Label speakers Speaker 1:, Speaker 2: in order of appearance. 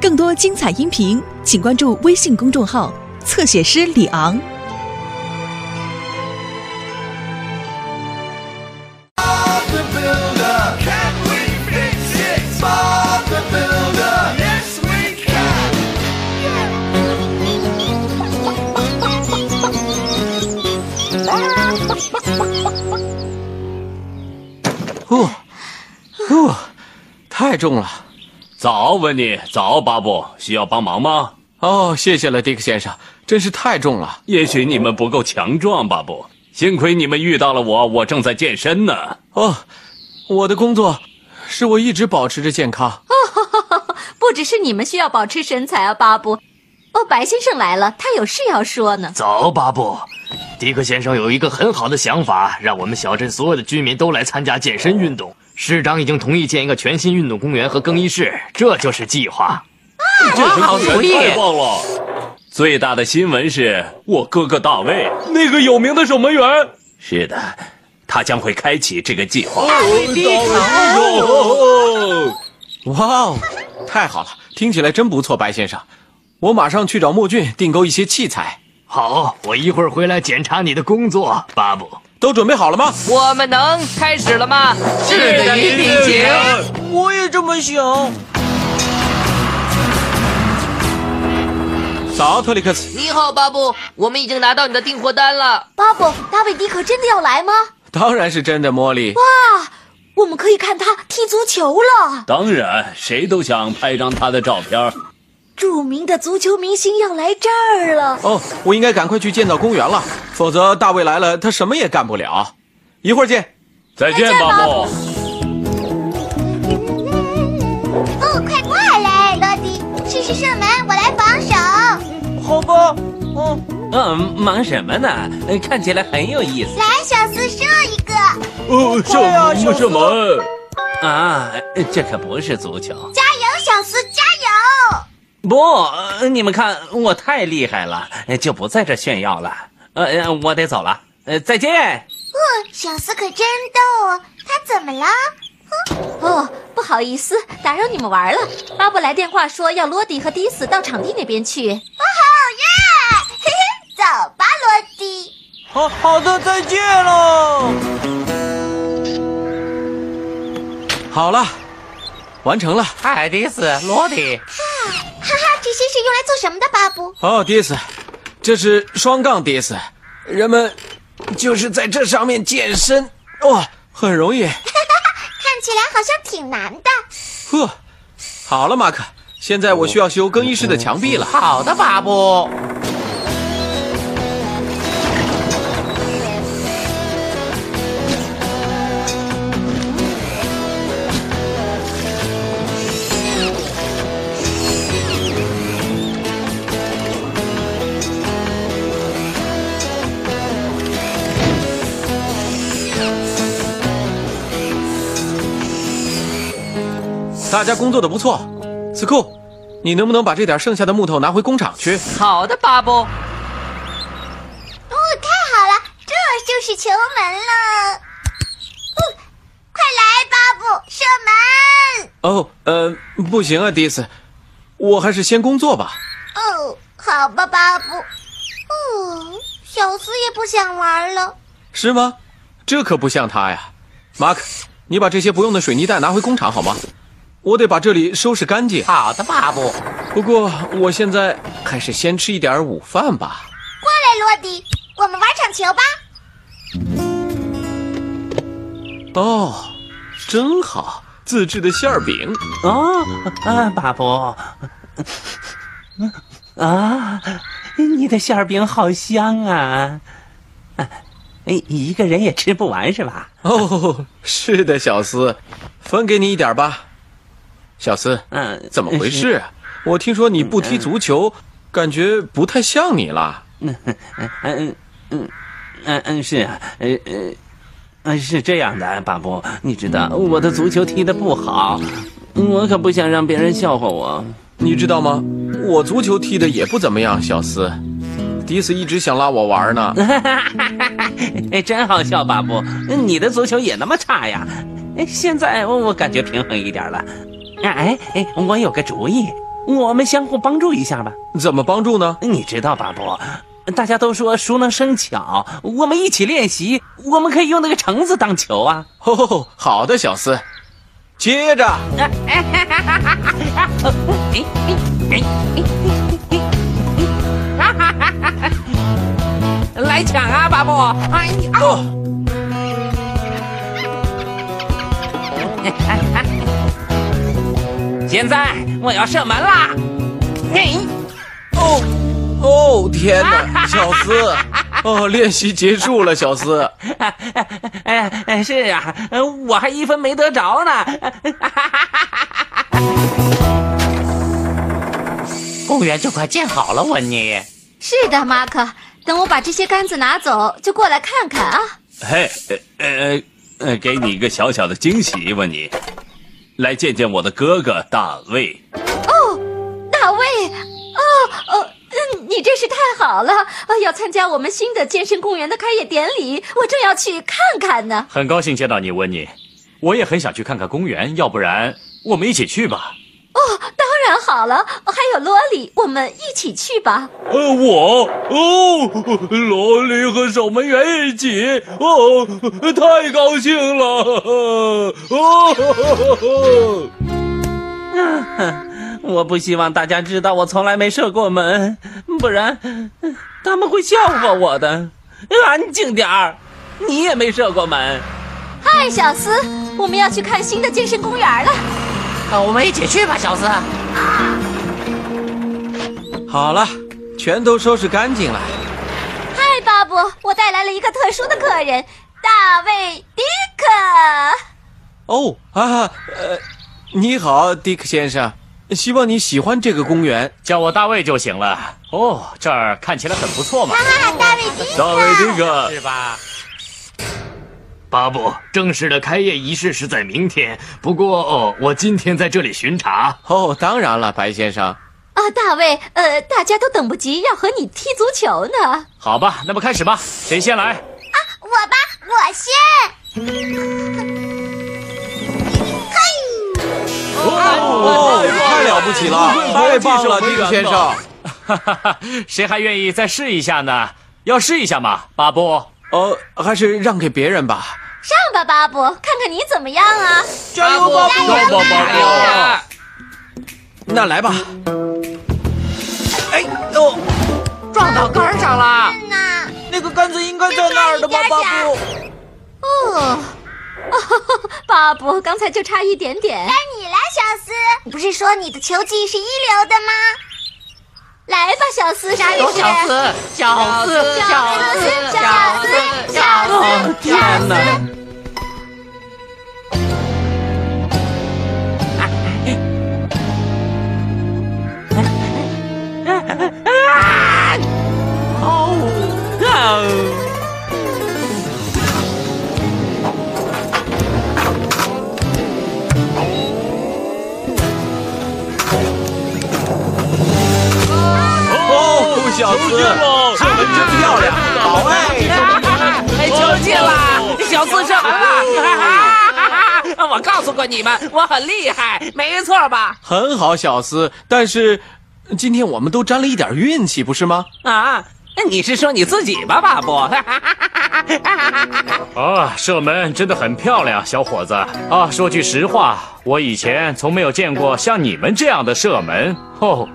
Speaker 1: 更多精彩音频，请关注微信公众号“侧写师李昂”。
Speaker 2: Bob the Builder. Can we fix it? Bob the Builder. Yes, we can.
Speaker 3: Thank
Speaker 4: 哦，哦，太重了。
Speaker 5: 早，问你早，巴布，需要帮忙吗？
Speaker 4: 哦，谢谢了，迪克先生，真是太重了。
Speaker 5: 也许你们不够强壮，巴布。幸亏你们遇到了我，我正在健身呢。
Speaker 4: 哦，我的工作是我一直保持着健康。
Speaker 6: 不只是你们需要保持身材啊，巴布。哦，白先生来了，他有事要说呢。
Speaker 7: 走，巴布，迪克先生有一个很好的想法，让我们小镇所有的居民都来参加健身运动。市长已经同意建一个全新运动公园和更衣室，这就是计划。
Speaker 5: 这是好
Speaker 7: 主意
Speaker 5: 太棒了！最大的新闻是我哥哥大卫，那个有名的守门员。是的，他将会开启这个计划。
Speaker 4: 哇哦，太好了，听起来真不错，白先生。我马上去找莫俊订购一些器材，
Speaker 7: 好，我一会儿回来检查你的工作，巴布。
Speaker 4: 都准备好了吗？
Speaker 8: 我们能开始了吗？是的，云品姐。
Speaker 9: 我也这么想。
Speaker 4: 早，特里克斯，
Speaker 8: 你好，巴布，我们已经拿到你的订货单了。
Speaker 6: 巴布，大卫迪克真的要来吗？
Speaker 4: 当然是真的，茉莉。
Speaker 6: 我们可以看他踢足球了。
Speaker 5: 当然，谁都想拍张他的照片。
Speaker 6: 著名的足球明星要来这儿了。
Speaker 4: 哦，我应该赶快去建造公园了，否则大卫来了，他什么也干不了。一会儿见。
Speaker 5: 再见，巴布。
Speaker 3: 哦，快过来，罗迪，试试射门，我来防守。
Speaker 9: 好吧，嗯，
Speaker 5: 嗯，忙什么呢？看起来很有意思
Speaker 3: 来，小四射一个，
Speaker 5: 哦，射
Speaker 9: 快啊小
Speaker 5: 射门。
Speaker 10: 啊，这可不是足球！
Speaker 3: 加油，小四，加油！哦
Speaker 10: 不，
Speaker 5: 啊
Speaker 10: 呃你们看我太厉害了，呃就不在这炫耀了。呃，呃我得走了，呃，再见。
Speaker 3: 哦，小四可真逗哦，他怎么了？
Speaker 6: 哦，不好意思，打扰你们玩了。巴布来电话说要罗迪和迪斯到场地那边去。
Speaker 3: 啊，嘿嘿， 走吧，罗迪。
Speaker 9: 好好的，再见了。
Speaker 4: 好了，完成了。
Speaker 10: 海迪斯，罗迪，
Speaker 3: 哈哈，这些是用来做什么的，巴布？
Speaker 4: 哦，迪斯，这是双杠迪斯，人们就是在这上面健身，哇、很容易。
Speaker 3: 看起来好像挺难的。
Speaker 4: 呵，好了，马克，现在我需要修更衣室的墙壁了。
Speaker 10: 好的，巴布。
Speaker 4: 大家工作的不错，斯库，你能不能把这点剩下的木头拿回工厂去？
Speaker 8: 好的，巴布。
Speaker 3: 哦，太好了，这就是球门了。哦，快来，巴布，射门！
Speaker 4: 哦，呃，不行啊，迪斯，我还是先工作吧。
Speaker 3: 哦，好吧，巴布。哦，小斯也不想玩了。
Speaker 4: 是吗？这可不像他呀。马克，你把这些不用的水泥袋拿回工厂好吗？我得把这里收拾干净。
Speaker 10: 好的，巴布。
Speaker 4: 不过我现在还是先吃一点午饭吧。
Speaker 3: 过来，哎罗迪，我们玩场球吧。
Speaker 4: 哦，真好，自制的馅儿饼。
Speaker 10: 哦，啊，巴布。啊，你的馅儿饼好香啊！啊，一个人也吃不完是吧？
Speaker 4: 哦，是的，小斯，分给你一点儿吧。小斯，
Speaker 10: 嗯，
Speaker 4: 怎么回事？啊我听说你不踢足球，感觉不太像你了。
Speaker 10: 嗯嗯嗯嗯，是啊，呃呃，呃是这样的，巴布，你知道我的足球踢得不好，我可不想让别人笑话我。
Speaker 4: 你知道吗？我足球踢得也不怎么样，小斯。迪斯一直想拉我玩呢。
Speaker 10: 哎，真好笑，嗯巴布，你的足球也那么差呀？哎，现在我我感觉平衡一点了。哎哎，我有个主意，我们相互帮助一下吧。
Speaker 4: 怎么帮助呢？
Speaker 10: 你知道吧，不？大家都说熟能生巧，我们一起练习，我们可以用那个橙子当球啊。
Speaker 4: 哦，好的，小斯。接着，
Speaker 8: 来抢啊，巴布！哎呀，现在我要射门啦！哎，
Speaker 4: 哦，哦，天哪，小斯，哦，练习结束了，小斯。
Speaker 10: 哎哎，是啊，呃我还一分没得着呢。
Speaker 11: 公园就快建好了，温妮。
Speaker 6: 是的，马克，等我把这些杆子拿走，就过来看看啊。
Speaker 5: 嘿，呃呃呃，给你一个小小的惊喜，温妮，来见见我的哥哥大卫。
Speaker 6: 哦，大卫，哦哦，嗯，你真是太好了！啊，要参加我们新的健身公园的开业典礼，我正要去看看呢。
Speaker 12: 很高兴见到你，温妮。我也很想去看看公园，要不然我们一起去吧。
Speaker 6: 哦，当然好了，哦还有罗里，我们一起去吧。
Speaker 5: 呃，我哦， 罗莉和守门员一起，哦，太高兴了， 哦。
Speaker 10: 我不希望大家知道我从来没射过门，不然嗯他们会笑话我的。安静点儿，你也没射过门。
Speaker 6: 嗨，小斯，我们要去看新的健身公园了。
Speaker 11: 那我们一起去吧，小斯。
Speaker 4: 好了，全都收拾干净了。
Speaker 6: 嗨，巴布，我带来了一个特殊的客人，大卫迪克。
Speaker 4: 哦啊，呃，你好，迪克先生，希望你喜欢这个公园。
Speaker 12: 叫我大卫就行了。哦，这儿看起来很不错嘛。
Speaker 3: 哈，大卫迪克，
Speaker 5: 大卫迪克，
Speaker 10: 啊
Speaker 12: 是吧？
Speaker 7: 巴布，正式的开业仪式是在明天，不过哦，我今天在这里巡查。
Speaker 4: 哦，当然了，白先生。
Speaker 6: 啊，大卫，呃，大家都等不及要和你踢足球呢。
Speaker 12: 好吧，那么开始吧。谁先来？
Speaker 3: 我吧，我先。
Speaker 4: 哦，太了不起了，太棒了，迪克先生。
Speaker 12: 哈哈哈，谁还愿意再试一下呢？要试一下吗，巴布？
Speaker 4: 哦，还是让给别人吧。
Speaker 6: 上吧，巴布，看看你怎么样啊！
Speaker 9: 加油，巴布！
Speaker 5: 巴布，巴
Speaker 4: 那来吧。哎，
Speaker 8: 撞到杆儿上了！
Speaker 3: 那
Speaker 9: 那个杆子应该在那儿的吧，巴布？
Speaker 6: 哦，哦，巴布，刚才就差一点点。
Speaker 3: 该你来，小斯。你不是说你的球技是一流的吗？
Speaker 6: 来吧，小斯，加
Speaker 11: 有小斯，小斯，小斯，小斯，
Speaker 3: 小斯，
Speaker 10: 哦，天哪！
Speaker 4: 哦，小斯，
Speaker 5: 啊
Speaker 4: 射门真漂亮，好哎。
Speaker 8: 哎，球进了，小四射门了！ 哈哈哈哈！我告诉过你们，我很厉害，没错吧？
Speaker 4: 很好，小斯，但是今天我们都沾了一点运气，不是吗？
Speaker 8: 啊，你是说你自己吧，巴布？
Speaker 12: 啊，射门真的很漂亮，小伙子。啊，说句实话，我以前从没有见过像你们这样的射门。哦，